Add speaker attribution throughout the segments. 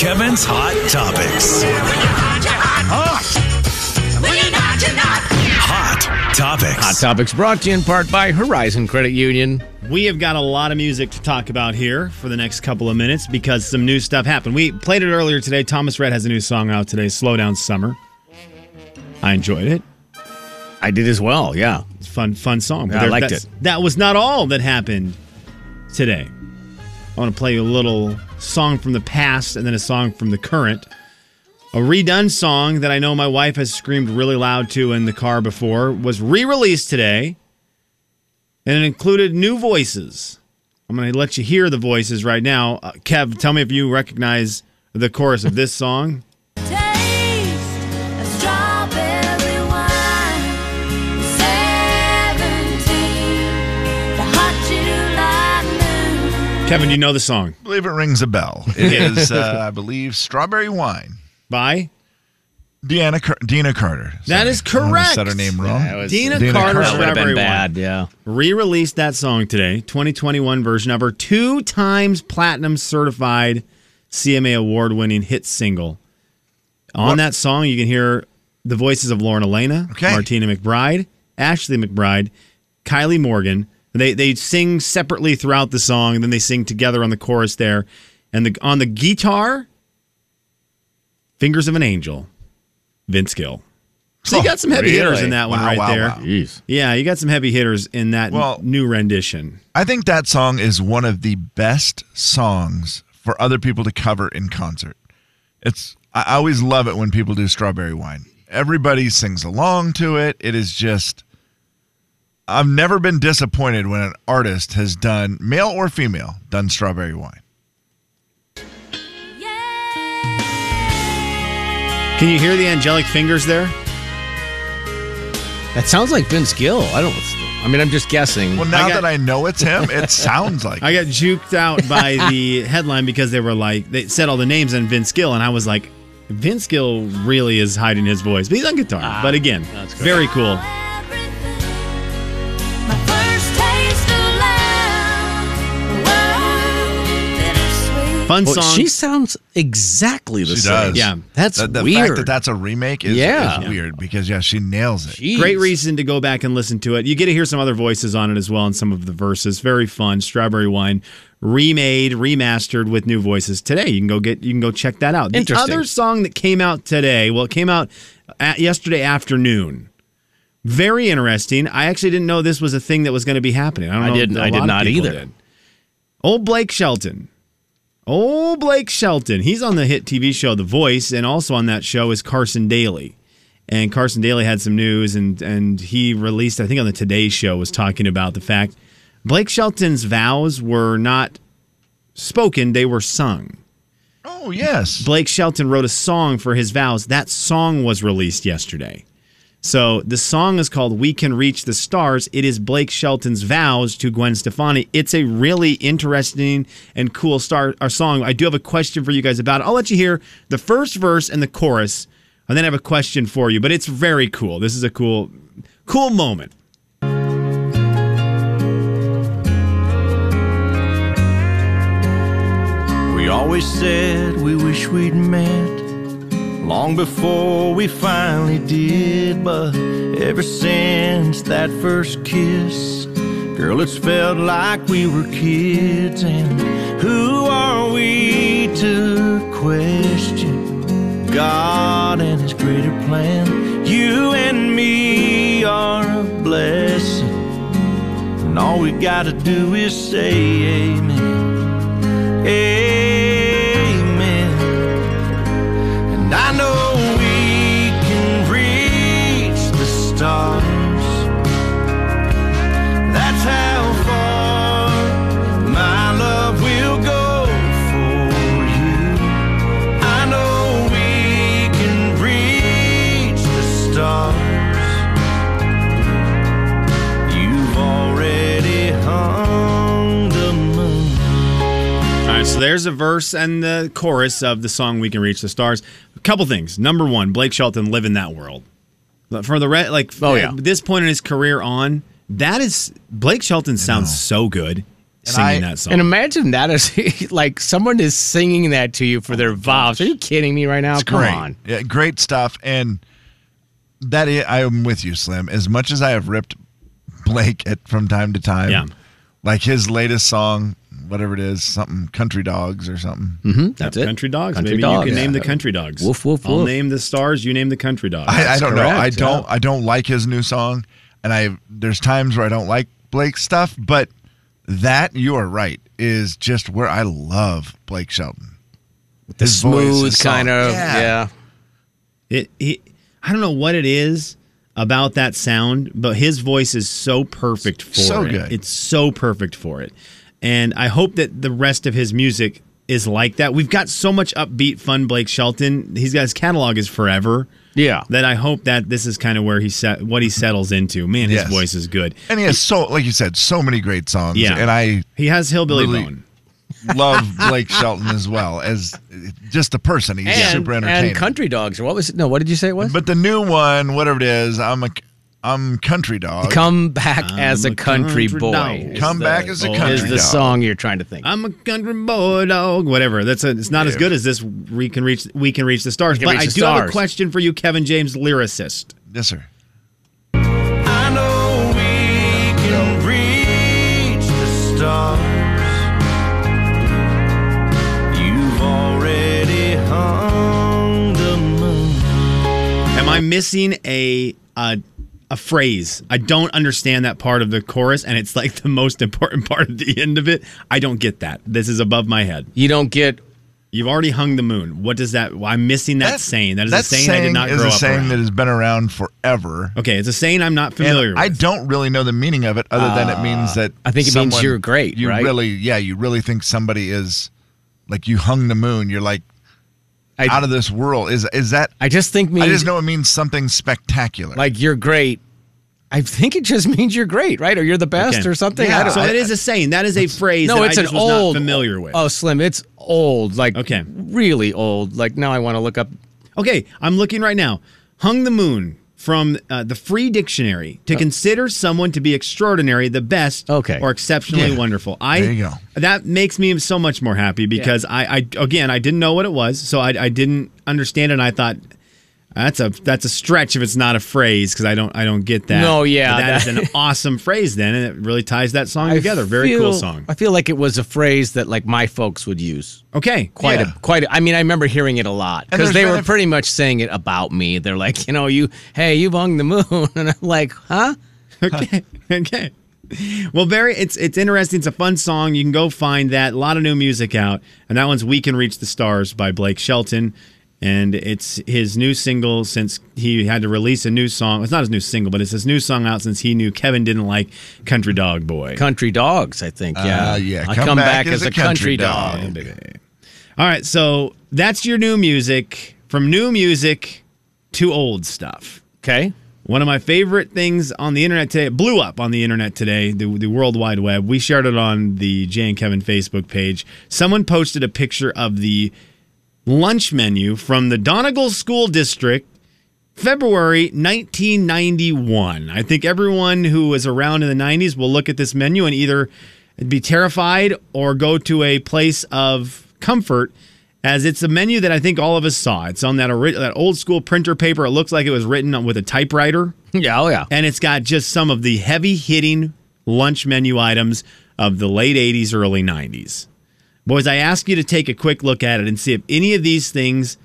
Speaker 1: Kevin's Hot Topics. Hot Topics.
Speaker 2: Hot Topics brought to you in part by Horizon Credit Union.
Speaker 3: We have got a lot of music to talk about here for the next couple of minutes because some new stuff happened. We played it earlier today. Thomas Red has a new song out today, Slow Down Summer. I enjoyed it.
Speaker 2: I did as well, yeah.
Speaker 3: It's a fun, fun song.
Speaker 2: Yeah, I liked
Speaker 3: that's-
Speaker 2: it.
Speaker 3: That was not all that happened today. I want to play you a little song from the past and then a song from the current. A redone song that I know my wife has screamed really loud to in the car before was re released today and it included new voices. I'm going to let you hear the voices right now. Uh, Kev, tell me if you recognize the chorus of this song. Kevin, do you know the song?
Speaker 4: I believe it rings a bell. It is, uh, I believe, strawberry wine.
Speaker 3: Bye.
Speaker 4: Deanna Car- Dina Carter.
Speaker 3: That is
Speaker 4: I don't wanna Said her
Speaker 3: correct.
Speaker 4: name wrong.
Speaker 2: That was-
Speaker 3: Dina,
Speaker 4: Dina
Speaker 3: Carter,
Speaker 4: Carter.
Speaker 2: That would have
Speaker 3: Strawberry
Speaker 2: been
Speaker 3: Wine.
Speaker 2: bad, yeah.
Speaker 3: re-released that song today 2021 version of her two times platinum certified cma award-winning hit single on
Speaker 4: What-
Speaker 3: that song you can hear the voices of lauren elena
Speaker 4: Okay.
Speaker 3: martina mcbride ashley mcbride kylie morgan they, they sing separately throughout the song and then they sing together on the chorus there and the, on the guitar fingers of an angel vince gill so you got some heavy hitters
Speaker 2: really?
Speaker 3: in that one
Speaker 4: Wow,
Speaker 3: right
Speaker 4: wow,
Speaker 3: there
Speaker 4: wow.
Speaker 2: Jeez.
Speaker 3: yeah, you got some heavy hitters in that
Speaker 4: Well-
Speaker 3: new rendition.
Speaker 4: I think that song is one of the best songs for other people to cover in concert. It's I I always love it when people do strawberry wine. Everybody sings along to it. It is just I've never been disappointed when an artist has done male or female done strawberry wine.
Speaker 3: Can you hear the angelic fingers there?
Speaker 2: That sounds like Vince Gill. I don't. I mean, I'm just guessing.
Speaker 4: Well, now
Speaker 3: I got-
Speaker 4: that I know it's him, it sounds like
Speaker 3: I got juked out by the headline because they were like they said all the names and Vince Gill, and I was like, Vince Gill really is hiding his voice, but he's on guitar. but again,
Speaker 2: that's good.
Speaker 3: very cool. Fun
Speaker 2: Well,
Speaker 3: song.
Speaker 2: she sounds exactly the
Speaker 4: She
Speaker 2: same.
Speaker 4: does.
Speaker 3: Yeah.
Speaker 2: That's
Speaker 4: the, the
Speaker 2: weird.
Speaker 4: fact that that's a remake is,
Speaker 2: Yeah.
Speaker 4: is weird because yeah, she nails it.
Speaker 2: Jeez.
Speaker 3: Great reason to go back and listen to it. You get to hear some other voices on it as well and some of the verses. Very fun. Strawberry Wine remade, remastered with new voices today. You can go get you can go check that out. The
Speaker 2: Interesting.
Speaker 3: other song that came out today, well, it came out at yesterday afternoon. Very interesting. I actually didn't know this was a thing that was going to be happening. I, don't
Speaker 2: I
Speaker 3: know if
Speaker 2: didn't-
Speaker 3: a
Speaker 2: I did
Speaker 3: lot of
Speaker 2: not
Speaker 3: people
Speaker 2: either.
Speaker 3: did. Old Blake Shelton. Old Blake Shelton. He's on the hit TV show The Voice, and also on that show is Carson Daly. And Carson Daly had some news, and and he released, I think, on the Today Show, was talking about the fact Blake Shelton's vows were not spoken; they were sung.
Speaker 4: Oh yes.
Speaker 3: Blake Shelton wrote a song for his vows. That song was released yesterday. So the song is called We Can Reach the Stars. It is Blake Shelton's vows to Gwen Stefani. It's a really interesting and cool star or song. I do have a question for you guys about it. I'll let you hear the first verse and the chorus, and then I have a question for you. But it's very cool. This is a cool, cool moment.
Speaker 5: We always said we wish we'd met long before we finally did, but ever since that first kiss, girl, it's felt like we were kids. And who are we to question God and His greater plan? You and me are a blessing, and all we gotta do is say amen. Amen. And I know we can reach the stars. That's how far my love will go for you. I know we can reach the stars. You've already hung the moon.
Speaker 3: All right, so there's a verse and the chorus of the song "We Can Reach the Stars." A couple things. Number one, Blake Shelton live in that world. But For the re- like,
Speaker 2: Oh, yeah.
Speaker 3: at this point in his career on that is Blake Shelton sounds so good. singing
Speaker 4: I-
Speaker 3: that song.
Speaker 2: And imagine that as like someone is singing that to you for their vows. Are you kidding me right now?
Speaker 4: Oh It's
Speaker 2: Come
Speaker 4: great.
Speaker 2: on.
Speaker 4: Yeah, great stuff. And that is, I am with you, Slim. As much as I have ripped Blake at from time to time,
Speaker 3: Yeah.
Speaker 4: like his latest song, whatever it is, something country dogs or something.
Speaker 2: Hmm, that's it.
Speaker 3: Country dogs.
Speaker 2: Country
Speaker 3: Maybe
Speaker 2: dogs.
Speaker 3: you can name the
Speaker 2: Yeah.
Speaker 3: country dogs.
Speaker 2: Woof, woof,
Speaker 3: I'll
Speaker 2: woof.
Speaker 3: name the stars. You name the country dogs.
Speaker 4: I, I don't know. I
Speaker 2: correct,
Speaker 4: don't. I don't like his new song, and I there's times where I don't like Blake's stuff, but that you are right is just where I love Blake Shelton.
Speaker 2: The
Speaker 4: His voice, his
Speaker 2: smooth
Speaker 4: song.
Speaker 2: kind of. Yeah.
Speaker 3: It, he, I don't know what it is about that sound, but his voice is so perfect for
Speaker 4: So
Speaker 3: it.
Speaker 4: good.
Speaker 3: It's so perfect for it. And I hope that the rest of his music is like that. We've got so much upbeat fun Blake Shelton. He's got his catalog is forever.
Speaker 2: Yeah.
Speaker 3: That I hope that this is kind of where he set what he settles into. Man, his
Speaker 4: Yes.
Speaker 3: voice is good.
Speaker 4: And he has so, like you said, so many great songs.
Speaker 3: Yeah.
Speaker 4: And I
Speaker 3: He has Hillbilly
Speaker 4: Really-
Speaker 3: Bone.
Speaker 4: love Blake Shelton as well as just a person. He's
Speaker 2: And,
Speaker 4: super entertaining.
Speaker 2: and country dogs. What was it? No, what did you say it was?
Speaker 4: But the new one, whatever it is, I'm a, I'm country dog.
Speaker 2: Come back as a
Speaker 3: Oh, a
Speaker 2: country,
Speaker 3: country
Speaker 2: boy.
Speaker 3: dog.
Speaker 2: is
Speaker 4: Come
Speaker 2: the-
Speaker 4: back as a
Speaker 3: is
Speaker 4: country
Speaker 2: Is the
Speaker 4: dog.
Speaker 2: song you're trying to think?
Speaker 3: I'm a country boy dog. Whatever. That's a, it's not as good as this. We can reach. We can reach the stars.
Speaker 2: can
Speaker 3: But
Speaker 2: reach
Speaker 3: I
Speaker 2: the
Speaker 3: do have a
Speaker 2: stars.
Speaker 3: question for you, Kevin James, lyricist.
Speaker 4: Yes, sir.
Speaker 5: I know we can reach the stars. You've already hung the moon.
Speaker 3: Am I missing a a, a phrase? I don't understand that part of the chorus, and it's like the most important part of the end of it. I don't get that. This is above my head.
Speaker 2: you don't get.
Speaker 3: You've already hung the moon. What does that? I'm missing that, saying. That is a
Speaker 4: that
Speaker 3: saying, I did not
Speaker 4: is
Speaker 3: grow
Speaker 4: a
Speaker 3: up
Speaker 4: saying
Speaker 3: around.
Speaker 4: that has been around forever.
Speaker 3: okay, it's a saying I'm not
Speaker 4: And
Speaker 3: familiar. with. Ah.
Speaker 4: I don't really know the meaning of it, other than it means that
Speaker 2: I think it means
Speaker 4: someone-
Speaker 2: you're great,
Speaker 4: You
Speaker 2: right?
Speaker 4: really, yeah, you really think somebody is like you hung the moon. You're like
Speaker 2: I,
Speaker 4: out of this world. Is is that?
Speaker 2: I just think means
Speaker 4: I just know it means something spectacular.
Speaker 2: like you're great. I think it just means you're great, right? Or you're the best
Speaker 3: Okay.
Speaker 2: or something.
Speaker 4: Yeah.
Speaker 2: I don't,
Speaker 3: so it is a saying. That is a phrase
Speaker 2: no,
Speaker 3: that
Speaker 2: it's
Speaker 3: I
Speaker 2: an
Speaker 3: just was
Speaker 2: old
Speaker 3: not familiar with.
Speaker 2: Oh, Slim, it's old. Like
Speaker 3: Okay.
Speaker 2: really old. Like now I want to look up.
Speaker 3: Okay, I'm looking right now. Hung the moon from uh, the Free Dictionary to consider someone to be extraordinary, the best,
Speaker 2: Oh. Okay.
Speaker 3: or exceptionally
Speaker 4: Yeah.
Speaker 3: wonderful. I
Speaker 4: There you go.
Speaker 3: that makes me so much more happy because I, I again I didn't know what it was, so I, I didn't understand it. and I thought that's a that's a stretch if it's not a phrase because I don't I don't get that.
Speaker 2: No, yeah,
Speaker 3: But that is
Speaker 2: that-
Speaker 3: an awesome phrase then, and it really ties that song
Speaker 2: I
Speaker 3: together. Very cool
Speaker 2: feel-
Speaker 3: song.
Speaker 2: I feel like it was a phrase that like my folks would use.
Speaker 3: Okay,
Speaker 2: Quite
Speaker 4: Yeah.
Speaker 2: a quite. A, I mean, I remember hearing it a lot because
Speaker 4: there's
Speaker 2: they
Speaker 4: been
Speaker 2: were
Speaker 4: a-
Speaker 2: pretty much saying it about me. They're like, you know, you hey, you've hung the moon, and I'm like, huh?
Speaker 3: okay. okay. Well, very it's it's interesting. It's a fun song. You can go find that. A lot of new music out, and that one's "We Can Reach the Stars" by Blake Shelton, and it's his new single since he had to release a new song. It's not his new single, but it's his new song out since he knew Kevin didn't like "Country Dog Boy."
Speaker 2: Country dogs, I think. Yeah,
Speaker 4: Uh, yeah,
Speaker 2: I come, back, as, a country, dog.
Speaker 3: All right, so that's your new music. From new music to old stuff.
Speaker 2: Okay.
Speaker 3: One of my favorite things on the internet today, it blew up on the internet today, the, the World Wide Web. We shared it on the Jay and Kevin Facebook page. Someone posted a picture of the lunch menu from the Donegal School District, February 1991. I think everyone who was around in the 90s will look at this menu and either be terrified or go to a place of comfort. As it's a menu that I think all of us saw. It's on that, ori- that old school printer paper. It looks like it was written on- with a typewriter
Speaker 2: Yeah. Oh yeah.
Speaker 3: and it's got just some of the heavy hitting lunch menu items of the late 80s, early 90s. Boys, I ask you to take a quick look at it and see if any of these things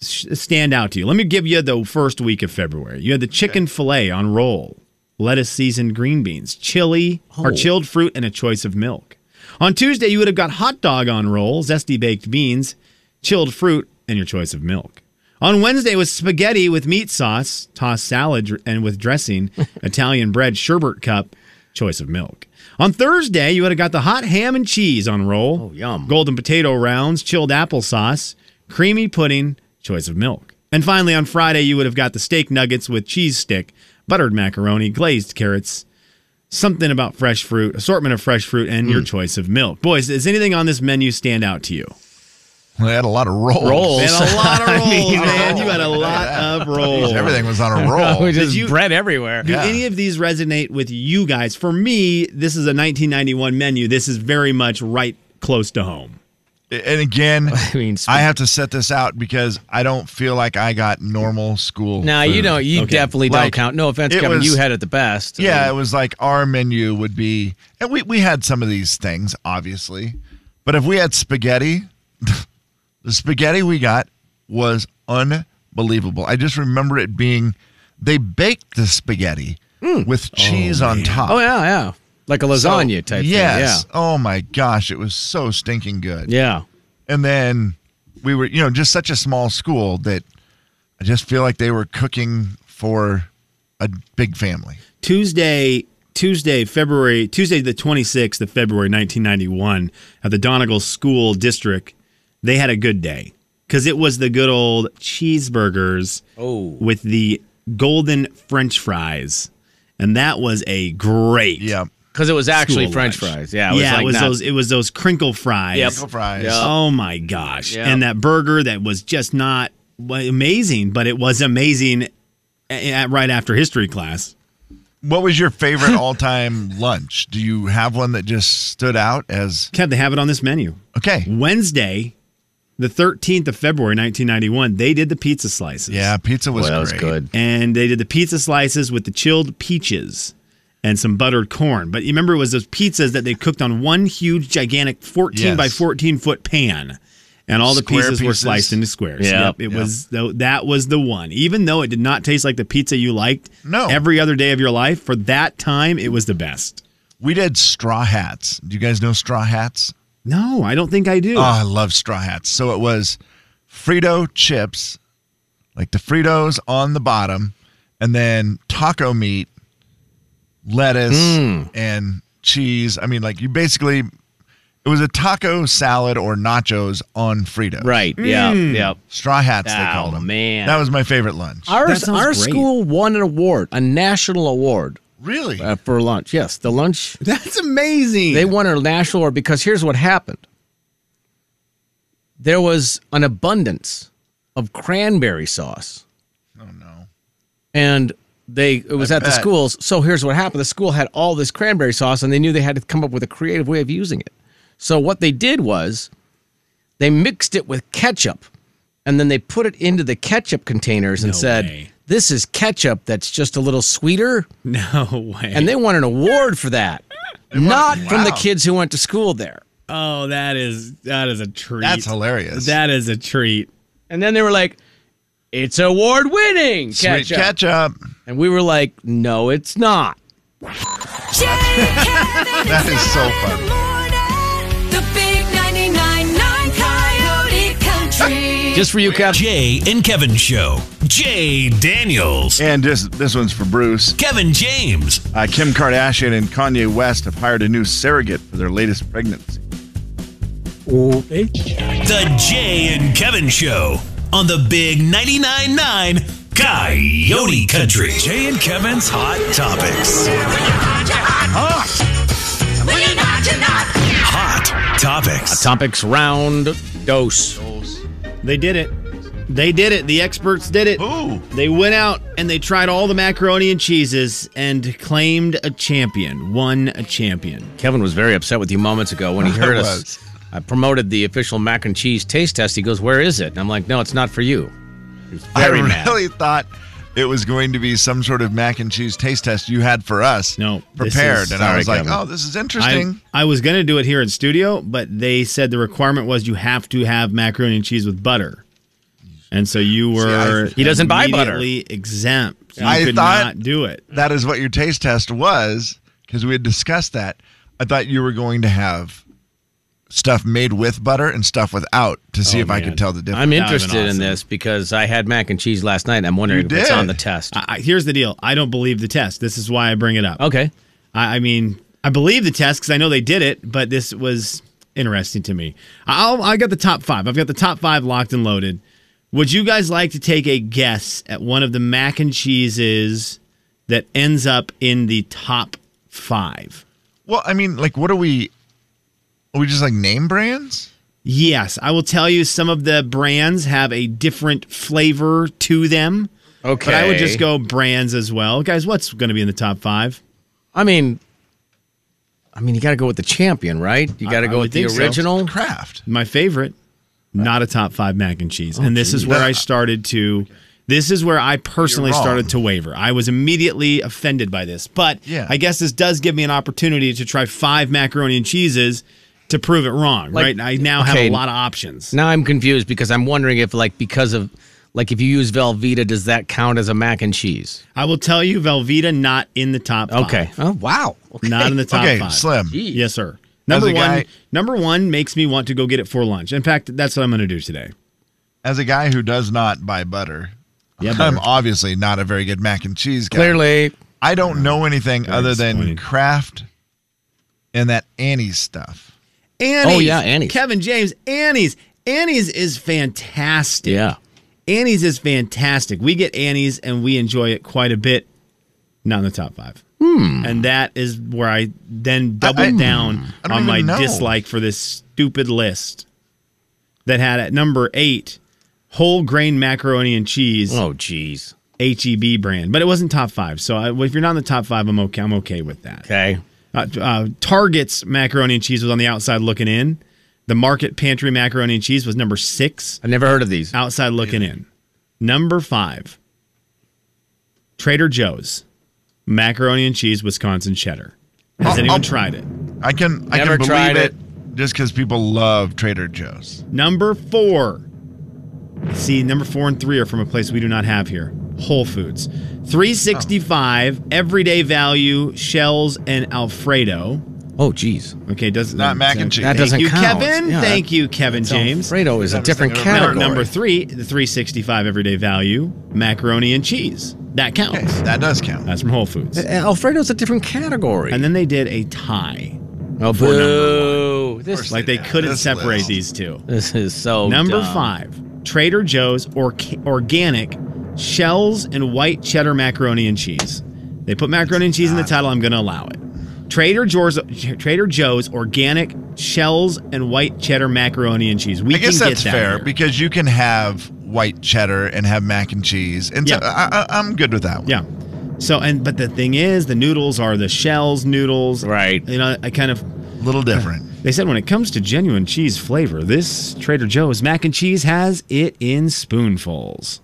Speaker 3: s- stand out to you. Let me give you the first week of February. You had the chicken fillet on roll, lettuce seasoned green beans, chili or chilled fruit, and a choice of milk. On Tuesday, you would have got hot dog on roll, zesty baked beans, chilled fruit, and your choice of milk. On Wednesday was spaghetti with meat sauce, tossed salad, dr- and with dressing, Italian bread, sherbet cup, choice of milk. On Thursday, you would have got the hot ham and cheese on roll.
Speaker 2: Oh, yum.
Speaker 3: Golden potato rounds, chilled applesauce, creamy pudding, choice of milk. And finally, on Friday, you would have got the steak nuggets with cheese stick, buttered macaroni, glazed carrots, something about fresh
Speaker 2: Mm.
Speaker 3: fruit, assortment of fresh fruit, and your choice of milk. Boys, does anything on this menu stand out to you?
Speaker 4: They had a lot of rolls.
Speaker 2: Rolls.
Speaker 3: They had a lot of rolls,
Speaker 2: I mean,
Speaker 3: man. You had a lot of rolls.
Speaker 4: Everything was on a roll.
Speaker 2: we just
Speaker 3: you-
Speaker 2: bread everywhere.
Speaker 3: Do
Speaker 4: Yeah.
Speaker 3: any of these resonate with you guys? For me, this is a 1991 menu. This is very much right close to home.
Speaker 4: and again,
Speaker 2: I mean,
Speaker 4: I have to set this out because I don't feel like I got normal school.
Speaker 2: Now you
Speaker 4: food.
Speaker 2: know you
Speaker 3: Okay.
Speaker 2: definitely don't
Speaker 4: Like,
Speaker 2: count. No offense,
Speaker 4: it
Speaker 2: Kevin,
Speaker 4: was-
Speaker 2: you had it the best. I
Speaker 4: Yeah,
Speaker 2: mean,
Speaker 4: it was like our menu would be, and we, we had some of these things, obviously, but if we had spaghetti, the spaghetti we got was unbelievable. I just remember it being, they baked the spaghetti with cheese on top.
Speaker 2: Hmm. oh yeah, yeah, like a lasagna
Speaker 4: So,
Speaker 2: type.
Speaker 4: Yes.
Speaker 2: Thing.
Speaker 4: Oh my gosh, it was so stinking good.
Speaker 2: Yeah.
Speaker 4: And then we were, you know, just such a small school that I just feel like they were cooking for a big family.
Speaker 3: Tuesday, Tuesday, February, Tuesday the 26th of February 1991 at the Donegal School District, they had a good day because it was the good old cheeseburgers
Speaker 2: Oh.
Speaker 3: with the golden french fries. And that was a great.
Speaker 4: Yeah.
Speaker 2: Because it was actually
Speaker 3: School
Speaker 2: French
Speaker 3: lunch.
Speaker 2: fries. Yeah. It
Speaker 3: Yeah,
Speaker 2: was like
Speaker 3: it was
Speaker 2: not-
Speaker 3: those it was those crinkle fries.
Speaker 2: Yep.
Speaker 4: Crinkle fries.
Speaker 2: Yeah.
Speaker 3: Oh my gosh.
Speaker 2: Yeah.
Speaker 3: And that burger that was just not well, amazing, but it was amazing a- at, right after history class.
Speaker 4: What was your favorite all time lunch? Do you have one that just stood out as
Speaker 3: Kev, they have it on this menu.
Speaker 4: okay?
Speaker 3: Wednesday, the 13th of February, 1991, they did the pizza slices.
Speaker 4: Yeah, pizza was
Speaker 2: Boy, that was
Speaker 4: great.
Speaker 2: good.
Speaker 3: And they did the pizza slices with the chilled peaches and some buttered corn. But you remember it was those pizzas that they cooked on one huge, gigantic 14 by
Speaker 4: Yes.
Speaker 3: 14 foot pan. And all the
Speaker 4: Square
Speaker 3: pieces, were
Speaker 4: pieces.
Speaker 3: sliced into squares.
Speaker 2: Yeah.
Speaker 3: It
Speaker 4: Yeah.
Speaker 3: was though that was the one. Even though it did not taste like the pizza you liked
Speaker 4: No.
Speaker 3: every other day of your life, for that time it was the best.
Speaker 4: We did straw hats. Do you guys know straw hats?
Speaker 3: No, I don't think I do.
Speaker 4: Oh, I love straw hats. So it was Frito chips, like the Fritos on the bottom, and then taco meat, lettuce,
Speaker 2: Mm.
Speaker 4: and cheese. I mean, like you basically, it was a taco salad or nachos on Fritos.
Speaker 2: Right. Yeah. Yeah.
Speaker 4: Straw hats, they
Speaker 2: Oh,
Speaker 4: called them.
Speaker 2: man.
Speaker 4: That was my favorite lunch.
Speaker 2: Our,
Speaker 3: sounds
Speaker 2: our
Speaker 3: great.
Speaker 2: school won an award, a national award
Speaker 4: really?
Speaker 2: uh, for lunch. Yes, the lunch.
Speaker 3: That's amazing.
Speaker 2: They won a national award because here's what happened there was an abundance of cranberry sauce.
Speaker 4: oh, no.
Speaker 2: and they it was
Speaker 4: I
Speaker 2: at the
Speaker 4: bet.
Speaker 2: schools. So here's what happened: the school had all this cranberry sauce, and they knew they had to come up with a creative way of using it. So what they did was they mixed it with ketchup, and then they put it into the ketchup containers and
Speaker 3: No
Speaker 2: said,
Speaker 3: way.
Speaker 2: "This is ketchup that's just a little sweeter."
Speaker 3: no way.
Speaker 2: And they won an award for that, not from the
Speaker 4: wow.
Speaker 2: kids who went to school there.
Speaker 3: Oh, that is that is a treat.
Speaker 4: That's hilarious.
Speaker 3: That is a treat.
Speaker 2: And then they were like, "It's award winning
Speaker 4: Sweet
Speaker 2: ketchup,",
Speaker 4: ketchup.
Speaker 2: and we were like, "No, it's not."
Speaker 4: That is so funny.
Speaker 6: The big 99.9 Coyote Country.
Speaker 2: Just for you, Cap.
Speaker 1: Jay and Kevin Show. Jay Daniels.
Speaker 4: And just this one's for Bruce.
Speaker 1: Kevin James.
Speaker 4: Uh, Kim Kardashian and Kanye West have hired a new surrogate for their latest pregnancy.
Speaker 1: The Jay and Kevin Show on the Big 99.9 9 Coyote Country. Jay and Kevin's Hot Topics. Hot Topics.
Speaker 2: Topics round dose.
Speaker 3: They did it. They did it. The experts did it.
Speaker 4: Ooh.
Speaker 3: They went out and they tried all the macaroni and cheeses and claimed a champion. Won a champion.
Speaker 2: Kevin was very upset with you moments ago when he heard us.
Speaker 4: was.
Speaker 2: I promoted the official mac and cheese taste test. He goes, "Where is it?" And I'm like, "No, it's not for you." He was very
Speaker 4: I
Speaker 2: mad.
Speaker 4: really thought it was going to be some sort of mac and cheese taste test you had for us.
Speaker 3: No, this
Speaker 4: prepared,
Speaker 3: is-
Speaker 4: and
Speaker 2: sorry,
Speaker 4: I was like,
Speaker 2: Kevin.
Speaker 4: "Oh, this is
Speaker 3: I,
Speaker 4: interesting."
Speaker 3: I was gonna do it here in studio, but they said the requirement was you have to have macaroni and cheese with butter, and so you were
Speaker 4: I-
Speaker 2: He doesn't buy butter.
Speaker 3: immediately exempt. You
Speaker 4: I
Speaker 3: could
Speaker 4: thought-
Speaker 3: not do it.
Speaker 4: that is what your taste test was because we had discussed that. I thought you were going to have stuff made with butter and stuff without to see
Speaker 3: Oh,
Speaker 4: if I
Speaker 3: man.
Speaker 4: could tell the difference.
Speaker 2: I'm
Speaker 3: would've been
Speaker 2: interested in
Speaker 3: awesome.
Speaker 2: this because I had mac and cheese last night, and I'm wondering
Speaker 4: You
Speaker 2: if it's
Speaker 4: did.
Speaker 2: on the test.
Speaker 3: I, I, here's the deal. I don't believe the test. This is why I bring it up.
Speaker 2: okay,
Speaker 3: I, I mean, I believe the test because I know they did it, but this was interesting to me. I'll, I got the top five. I've got the top five locked and loaded. Would you guys like to take a guess at one of the mac and cheeses that ends up in the top five?
Speaker 4: Well, I mean, like, what are we? Are we just like name brands?
Speaker 3: Yes, I will tell you some of the brands have a different flavor to them.
Speaker 2: Okay.
Speaker 3: But I would just go brands as well. Guys, what's going to be in the top five?
Speaker 2: I mean, I mean, you got to go with the champion, right? You got to
Speaker 3: I
Speaker 2: go
Speaker 3: would
Speaker 2: with the
Speaker 3: think so.
Speaker 2: original.
Speaker 4: Kraft.
Speaker 3: My favorite, not a top five mac and cheese.
Speaker 4: Oh,
Speaker 3: and this is where I started to, this is where I personally
Speaker 4: You're wrong.
Speaker 3: started to waver. I was immediately offended by this. But
Speaker 4: Yeah.
Speaker 3: I guess this does give me an opportunity to try five macaroni and cheeses to prove it wrong,
Speaker 2: Like-
Speaker 3: right? I now have
Speaker 2: okay.
Speaker 3: a lot of options.
Speaker 2: Now I'm confused because I'm wondering if, like, because of, like, if you use Velveeta, does that count as a mac and cheese?
Speaker 3: I will tell you, Velveeta, not in the top five.
Speaker 2: Okay. Oh wow. Okay.
Speaker 3: Not in the top
Speaker 4: okay,
Speaker 3: five.
Speaker 4: Slim.
Speaker 2: Jeez.
Speaker 3: Yes, sir. Number
Speaker 4: a
Speaker 3: one,
Speaker 4: guy-
Speaker 3: number one makes me want to go get it for lunch. In fact, that's what I'm going to do today.
Speaker 4: As a guy who does not buy butter,
Speaker 3: Yeah,
Speaker 4: I'm
Speaker 3: butter.
Speaker 4: obviously not a very good mac and cheese guy.
Speaker 2: Clearly,
Speaker 4: I don't know anything other than
Speaker 3: disappointing.
Speaker 4: Kraft and that Annie's stuff.
Speaker 3: Annie's.
Speaker 2: Oh, yeah, Annie's.
Speaker 3: Kevin James, Annie's. Annie's is fantastic.
Speaker 2: yeah.
Speaker 3: Annie's is fantastic. We get Annie's and we enjoy it quite a bit. Not in the top five. And that is where I then doubled
Speaker 4: I-
Speaker 3: down
Speaker 4: I don't
Speaker 3: on
Speaker 4: even
Speaker 3: my
Speaker 4: know.
Speaker 3: dislike for this stupid list that had at number eight whole grain macaroni and cheese.
Speaker 2: Oh jeez.
Speaker 3: HEB brand, but it wasn't top five. So I, if you're not in the top five, I'm okay. I'm okay with that.
Speaker 2: Okay.
Speaker 3: Uh, uh, Target's macaroni and cheese was on the outside looking in. The Market Pantry macaroni and cheese was number six,
Speaker 2: I never heard of these.
Speaker 3: outside looking in. Number five, Trader Joe's macaroni and cheese Wisconsin cheddar. Has
Speaker 4: Oh,
Speaker 3: anyone
Speaker 4: oh.
Speaker 3: tried it?
Speaker 4: I can I
Speaker 2: Never
Speaker 4: can believe
Speaker 2: tried
Speaker 4: it, just because people love Trader Joe's.
Speaker 3: Number four. See, number four and three are from a place we do not have here Whole Foods. 365,
Speaker 4: Oh.
Speaker 3: everyday value, shells, and Alfredo.
Speaker 2: Oh jeez.
Speaker 3: Okay, does
Speaker 4: Not mac and cheese.
Speaker 2: Mm, That doesn't
Speaker 3: Thank you,
Speaker 2: count.
Speaker 3: Kevin.
Speaker 2: Yeah,
Speaker 3: Thank you, Kevin James.
Speaker 2: Alfredo is a
Speaker 4: Never
Speaker 2: different
Speaker 4: seen it. Never
Speaker 3: Number,
Speaker 2: category.
Speaker 3: number three, the 365 everyday value, macaroni and cheese. That counts.
Speaker 4: Okay, that does count.
Speaker 3: That's from Whole Foods.
Speaker 2: Uh, Alfredo's a different category.
Speaker 3: And then they did a tie.
Speaker 2: oh,
Speaker 3: for number
Speaker 2: boo. This,
Speaker 4: course.
Speaker 3: Like they
Speaker 4: Yeah,
Speaker 3: couldn't
Speaker 4: this
Speaker 3: separate
Speaker 4: list.
Speaker 3: these two.
Speaker 2: this is so
Speaker 3: Number
Speaker 2: dumb.
Speaker 3: five, Trader Joe's or- organic shells and white cheddar macaroni and cheese. They put macaroni and cheese in the title. I'm going to allow it. Trader Joe's, Trader Joe's organic shells and white cheddar macaroni and cheese. We
Speaker 4: I guess
Speaker 3: can
Speaker 4: that's
Speaker 3: get that
Speaker 4: fair
Speaker 3: here.
Speaker 4: because you can have white cheddar and have mac and cheese, and so
Speaker 3: Yeah.
Speaker 4: I, I, I'm good with that one.
Speaker 3: Yeah. So and but the thing is, the noodles are the shells noodles.
Speaker 2: Right.
Speaker 3: You know, I kind of
Speaker 4: a little different.
Speaker 3: they said when it comes to genuine cheese flavor, this Trader Joe's mac and cheese has it in spoonfuls.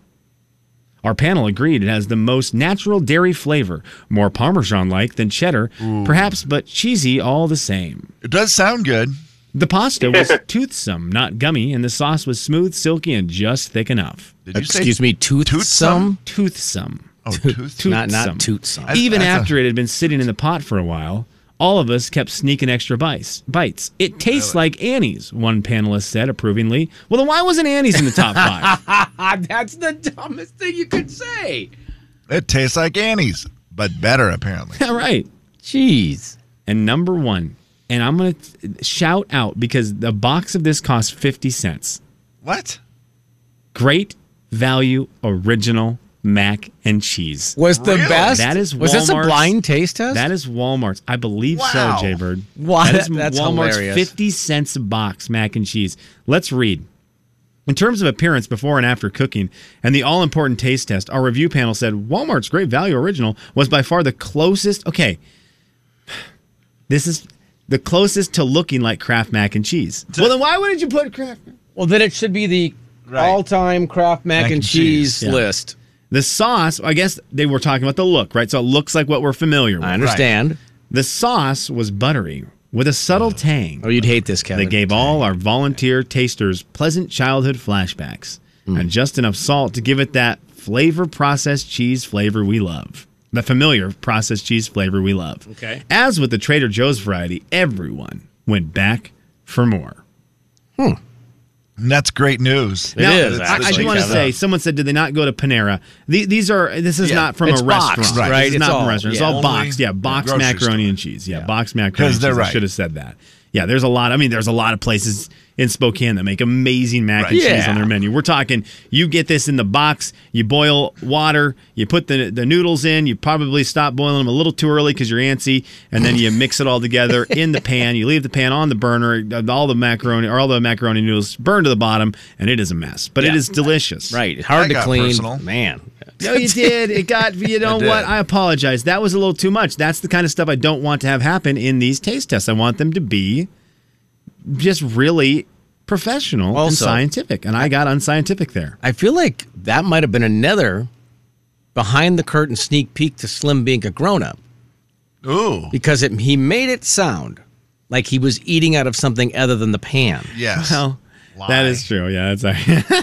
Speaker 3: Our panel agreed it has the most natural dairy flavor, more parmesan like than cheddar, perhaps but cheesy all the same.
Speaker 4: It does sound good.
Speaker 3: The pasta was toothsome, not gummy, and the sauce was smooth, silky, and just thick enough.
Speaker 4: Did you say
Speaker 2: Excuse me, toothsome?
Speaker 4: toothsome?
Speaker 3: Toothsome.
Speaker 4: Oh, tooth.
Speaker 3: tooth-
Speaker 2: Not not
Speaker 3: Toothsome.
Speaker 2: toothsome.
Speaker 4: I-
Speaker 3: Even
Speaker 4: that's a-
Speaker 3: after it had been sitting in the pot for a while, all of us kept sneaking extra bites. Bites. It tastes like Annie's, one panelist said approvingly. Well, then why wasn't Annie's in the top five? Ah,
Speaker 2: That's the dumbest thing you could say.
Speaker 4: It tastes like Annie's, but better apparently.
Speaker 3: all right.
Speaker 2: Jeez.
Speaker 3: And number one, and I'm gonna t- shout out because the box of this costs fifty cents.
Speaker 4: what?
Speaker 3: Great value, original mac and cheese.
Speaker 2: Was the
Speaker 4: Really?
Speaker 2: best?
Speaker 3: That is
Speaker 2: Was this a
Speaker 3: Walmart's-
Speaker 2: blind taste test?
Speaker 3: That is Walmart's. I believe
Speaker 4: Wow.
Speaker 3: so, Jay Bird.
Speaker 2: Wow,
Speaker 3: That is
Speaker 2: that's
Speaker 3: Walmart's
Speaker 2: hilarious.
Speaker 3: 50 cents a box mac and cheese. Let's read. In terms of appearance before and after cooking and the all important taste test, our review panel said Walmart's Great Value Original was by far the closest. Okay. This is the closest to looking like Kraft mac and cheese. well, then why wouldn't you put Kraft?
Speaker 2: well, then it should be the
Speaker 4: Right.
Speaker 2: all-time Kraft mac, and,
Speaker 4: and
Speaker 2: cheese,
Speaker 4: cheese,
Speaker 3: yeah.
Speaker 2: list.
Speaker 3: The sauce, I guess they were talking about the look, right? So it looks like what we're familiar with.
Speaker 2: I understand.
Speaker 3: The sauce was buttery with a subtle tang.
Speaker 2: Oh, you'd hate this, Kevin.
Speaker 3: They gave all our volunteer tasters pleasant childhood flashbacks and just enough salt to give it that flavor processed cheese flavor we love. The familiar processed cheese flavor we love.
Speaker 2: Okay.
Speaker 3: As with the Trader Joe's variety, everyone went back for more.
Speaker 4: And that's great news.
Speaker 2: It is,
Speaker 3: I, I
Speaker 2: actually,
Speaker 3: do want to
Speaker 2: Kevin.
Speaker 3: say, someone said, did they not go to Panera? The- These are, this is
Speaker 4: Yeah,
Speaker 3: not from
Speaker 2: it's
Speaker 3: a
Speaker 2: boxed,
Speaker 3: restaurant.
Speaker 4: right?
Speaker 3: It's,
Speaker 2: It's
Speaker 3: not from
Speaker 2: all-
Speaker 3: a restaurant. It's
Speaker 2: yeah.
Speaker 3: all
Speaker 4: Only
Speaker 3: boxed. Yeah,
Speaker 4: the
Speaker 3: boxed
Speaker 4: grocery
Speaker 3: macaroni
Speaker 4: store.
Speaker 3: and cheese. Yeah, boxed macaroni
Speaker 4: 'Cause
Speaker 3: and cheese.
Speaker 4: they're
Speaker 3: I
Speaker 4: right.
Speaker 3: should have said that. Yeah, there's a lot. I mean, there's a lot of places in Spokane that make amazing mac and
Speaker 2: Right.
Speaker 3: cheese
Speaker 2: Yeah.
Speaker 3: on their menu. We're talking you get this in the box, you boil water, you put the the noodles in, you probably stop boiling them a little too early because you're antsy, and then you mix it all together in the pan. You leave the pan on the burner, all the macaroni or all the macaroni noodles burn to the bottom, and it is a mess, but it
Speaker 2: Yeah.
Speaker 3: is delicious.
Speaker 2: Right. Hard
Speaker 4: I
Speaker 2: to
Speaker 4: got
Speaker 2: clean.
Speaker 4: personal.
Speaker 2: Man.
Speaker 3: No, you did. It got you know
Speaker 4: I did.
Speaker 3: what? I apologize. That was a little too much. That's the kind of stuff I don't want to have happen in these taste tests. I want them to be just really professional and
Speaker 2: Also-
Speaker 3: scientific. And I got unscientific there.
Speaker 2: I feel like that might have been another behind the curtain sneak peek to Slim being a grown up
Speaker 4: Ooh.
Speaker 2: because it, he made it sound like he was eating out of something other than the pan.
Speaker 4: Yes.
Speaker 3: Well, that
Speaker 4: Lie.
Speaker 3: is true. Yeah, that's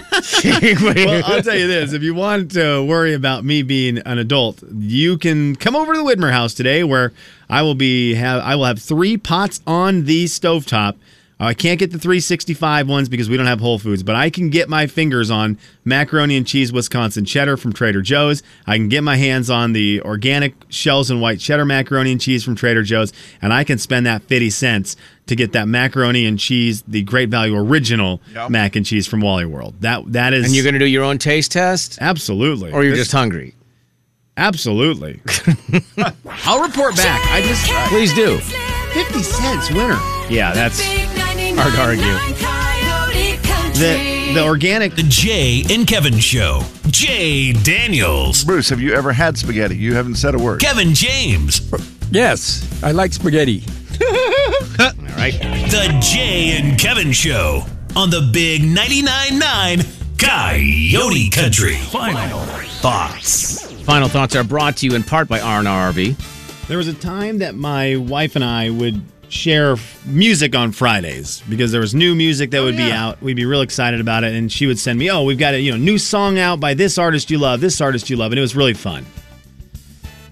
Speaker 3: well, I'll tell you this: if you want to worry about me being an adult, you can come over to the Widmer house today, where I will be have I will have three pots on the stovetop. Uh, I can't get the 365 ones because we don't have Whole Foods, but I can get my fingers on macaroni and cheese Wisconsin cheddar from Trader Joe's. I can get my hands on the organic shells and white cheddar macaroni and cheese from Trader Joe's, and I can spend that 50 cents to get that macaroni and cheese, the Great Value original
Speaker 4: Yep.
Speaker 3: mac and cheese from Wally World. That that is
Speaker 2: And you're going to do your own taste test
Speaker 3: Absolutely.
Speaker 2: or you're
Speaker 3: This-
Speaker 2: just hungry?
Speaker 3: absolutely. I'll report back. I just
Speaker 2: Please do.
Speaker 3: 50 cents winner. Yeah, that's
Speaker 2: hard to argue.
Speaker 3: the the organic.
Speaker 1: The Jay and Kevin Show. Jay Daniels.
Speaker 4: Bruce, have you ever had spaghetti? You haven't said a word.
Speaker 1: Kevin James.
Speaker 7: Yes, I like spaghetti.
Speaker 1: The Jay and Kevin Show on the Big 99.9 9 Coyote Country. Final thoughts.
Speaker 2: Final thoughts are brought to you in part by RNRV.
Speaker 3: There was a time that my wife and I would share f- music on Fridays because there was new music that would be out. We'd be real excited about it, and she would send me, "Oh, we've got a you know new song out by this artist you love, this artist you love," and it was really fun.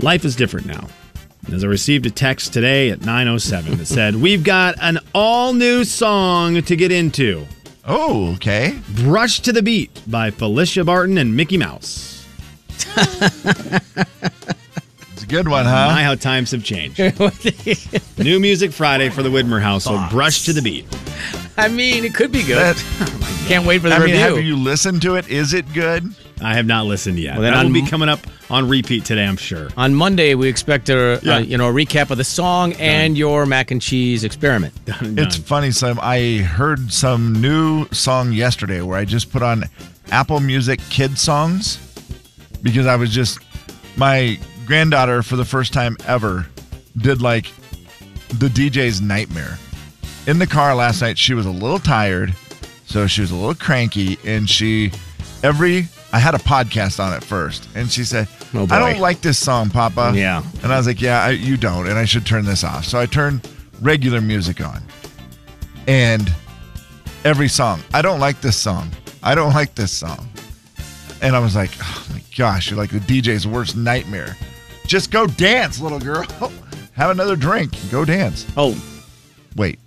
Speaker 3: Life is different now. As I received a text today at 9:07 that said, "We've got an all new song to get into."
Speaker 4: Oh, okay.
Speaker 3: Rush to the Beat by Felicia Barton and Mickey Mouse.
Speaker 4: It's a good one,
Speaker 3: My,
Speaker 4: huh?
Speaker 3: how times have changed. New Music Friday for the Widmer household. Brush to the Beat.
Speaker 2: I mean, it could be good.
Speaker 4: That,
Speaker 2: Can't wait for the
Speaker 4: I mean,
Speaker 2: review.
Speaker 4: have you listened to it? Is it good?
Speaker 3: I have not listened yet.
Speaker 2: Well, then
Speaker 3: that will
Speaker 2: on-
Speaker 3: be coming up on repeat today, I'm sure.
Speaker 2: On Monday, we expect a,
Speaker 3: Yeah.
Speaker 2: a you know a recap of the song and your mac and cheese experiment.
Speaker 3: Done and
Speaker 4: It's
Speaker 3: done.
Speaker 4: funny, Slim. I heard some new song yesterday where I just put on Apple Music kid songs because I was just my granddaughter for the first time ever did like the DJ's nightmare. In the car last night, she was a little tired, so she was a little cranky, and she every I had a podcast on at first, and she said,
Speaker 2: Oh,
Speaker 4: "I
Speaker 2: boy.
Speaker 4: don't like this song, Papa."
Speaker 3: Yeah.
Speaker 4: and I was like, "Yeah, I, you don't," and I should turn this off. So I turned regular music on, and every song. I don't like this song. I don't like this song. And I was like, oh my gosh, you're like the DJ's worst nightmare. Just go dance, little girl. Have another drink and go dance.
Speaker 2: Oh,
Speaker 4: Wait,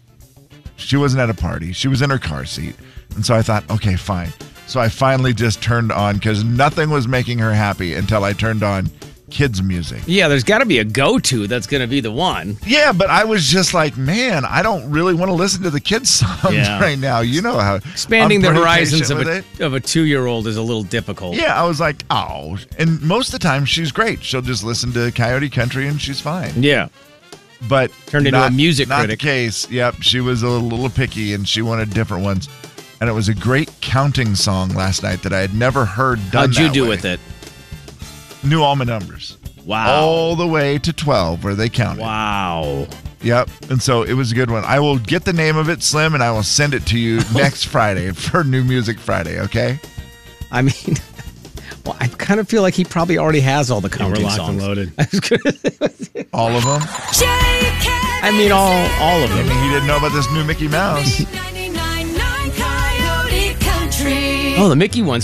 Speaker 4: she wasn't at a party. She was in her car seat. And so I thought, okay, fine. So I finally just turned on because nothing was making her happy until I turned on kids' music.
Speaker 2: yeah. There's got to be a go-to that's going to be the one.
Speaker 4: Yeah, but I was just like, man, I don't really want to listen to the kids' songs
Speaker 3: Yeah.
Speaker 4: right now. You know how
Speaker 2: Expanding
Speaker 4: I'm
Speaker 2: the
Speaker 4: pretty
Speaker 2: horizons
Speaker 4: patient
Speaker 2: of
Speaker 4: with
Speaker 2: a
Speaker 4: it.
Speaker 2: of a two-year-old is a little difficult.
Speaker 4: Yeah, I was like, oh. And most of the time, she's great. She'll just listen to Coyote Country and she's fine.
Speaker 2: yeah.
Speaker 4: But
Speaker 2: Turned into a
Speaker 4: not-
Speaker 2: music
Speaker 4: not
Speaker 2: critic.
Speaker 4: The case. Yep, she was a little picky and she wanted different ones. And it was a great counting song last night that I had never heard done.
Speaker 2: How'd you
Speaker 4: that
Speaker 2: do
Speaker 4: way.
Speaker 2: with it?
Speaker 4: Knew all my numbers,
Speaker 2: Wow.
Speaker 4: all the way to twelve, where they counted.
Speaker 2: Wow.
Speaker 4: Yep. And so it was a good one. I will get the name of it, Slim, and I will send it to you next Friday for New Music Friday. Okay.
Speaker 2: I mean, well, I kind of feel like he probably already has all the
Speaker 3: Yeah, we're
Speaker 2: counting
Speaker 3: locked and
Speaker 2: songs.
Speaker 3: loaded.
Speaker 4: All of them.
Speaker 2: I mean, all all of them.
Speaker 4: You didn't know about this new Mickey Mouse.
Speaker 6: Coyote Country.
Speaker 2: Oh, the Mickey ones.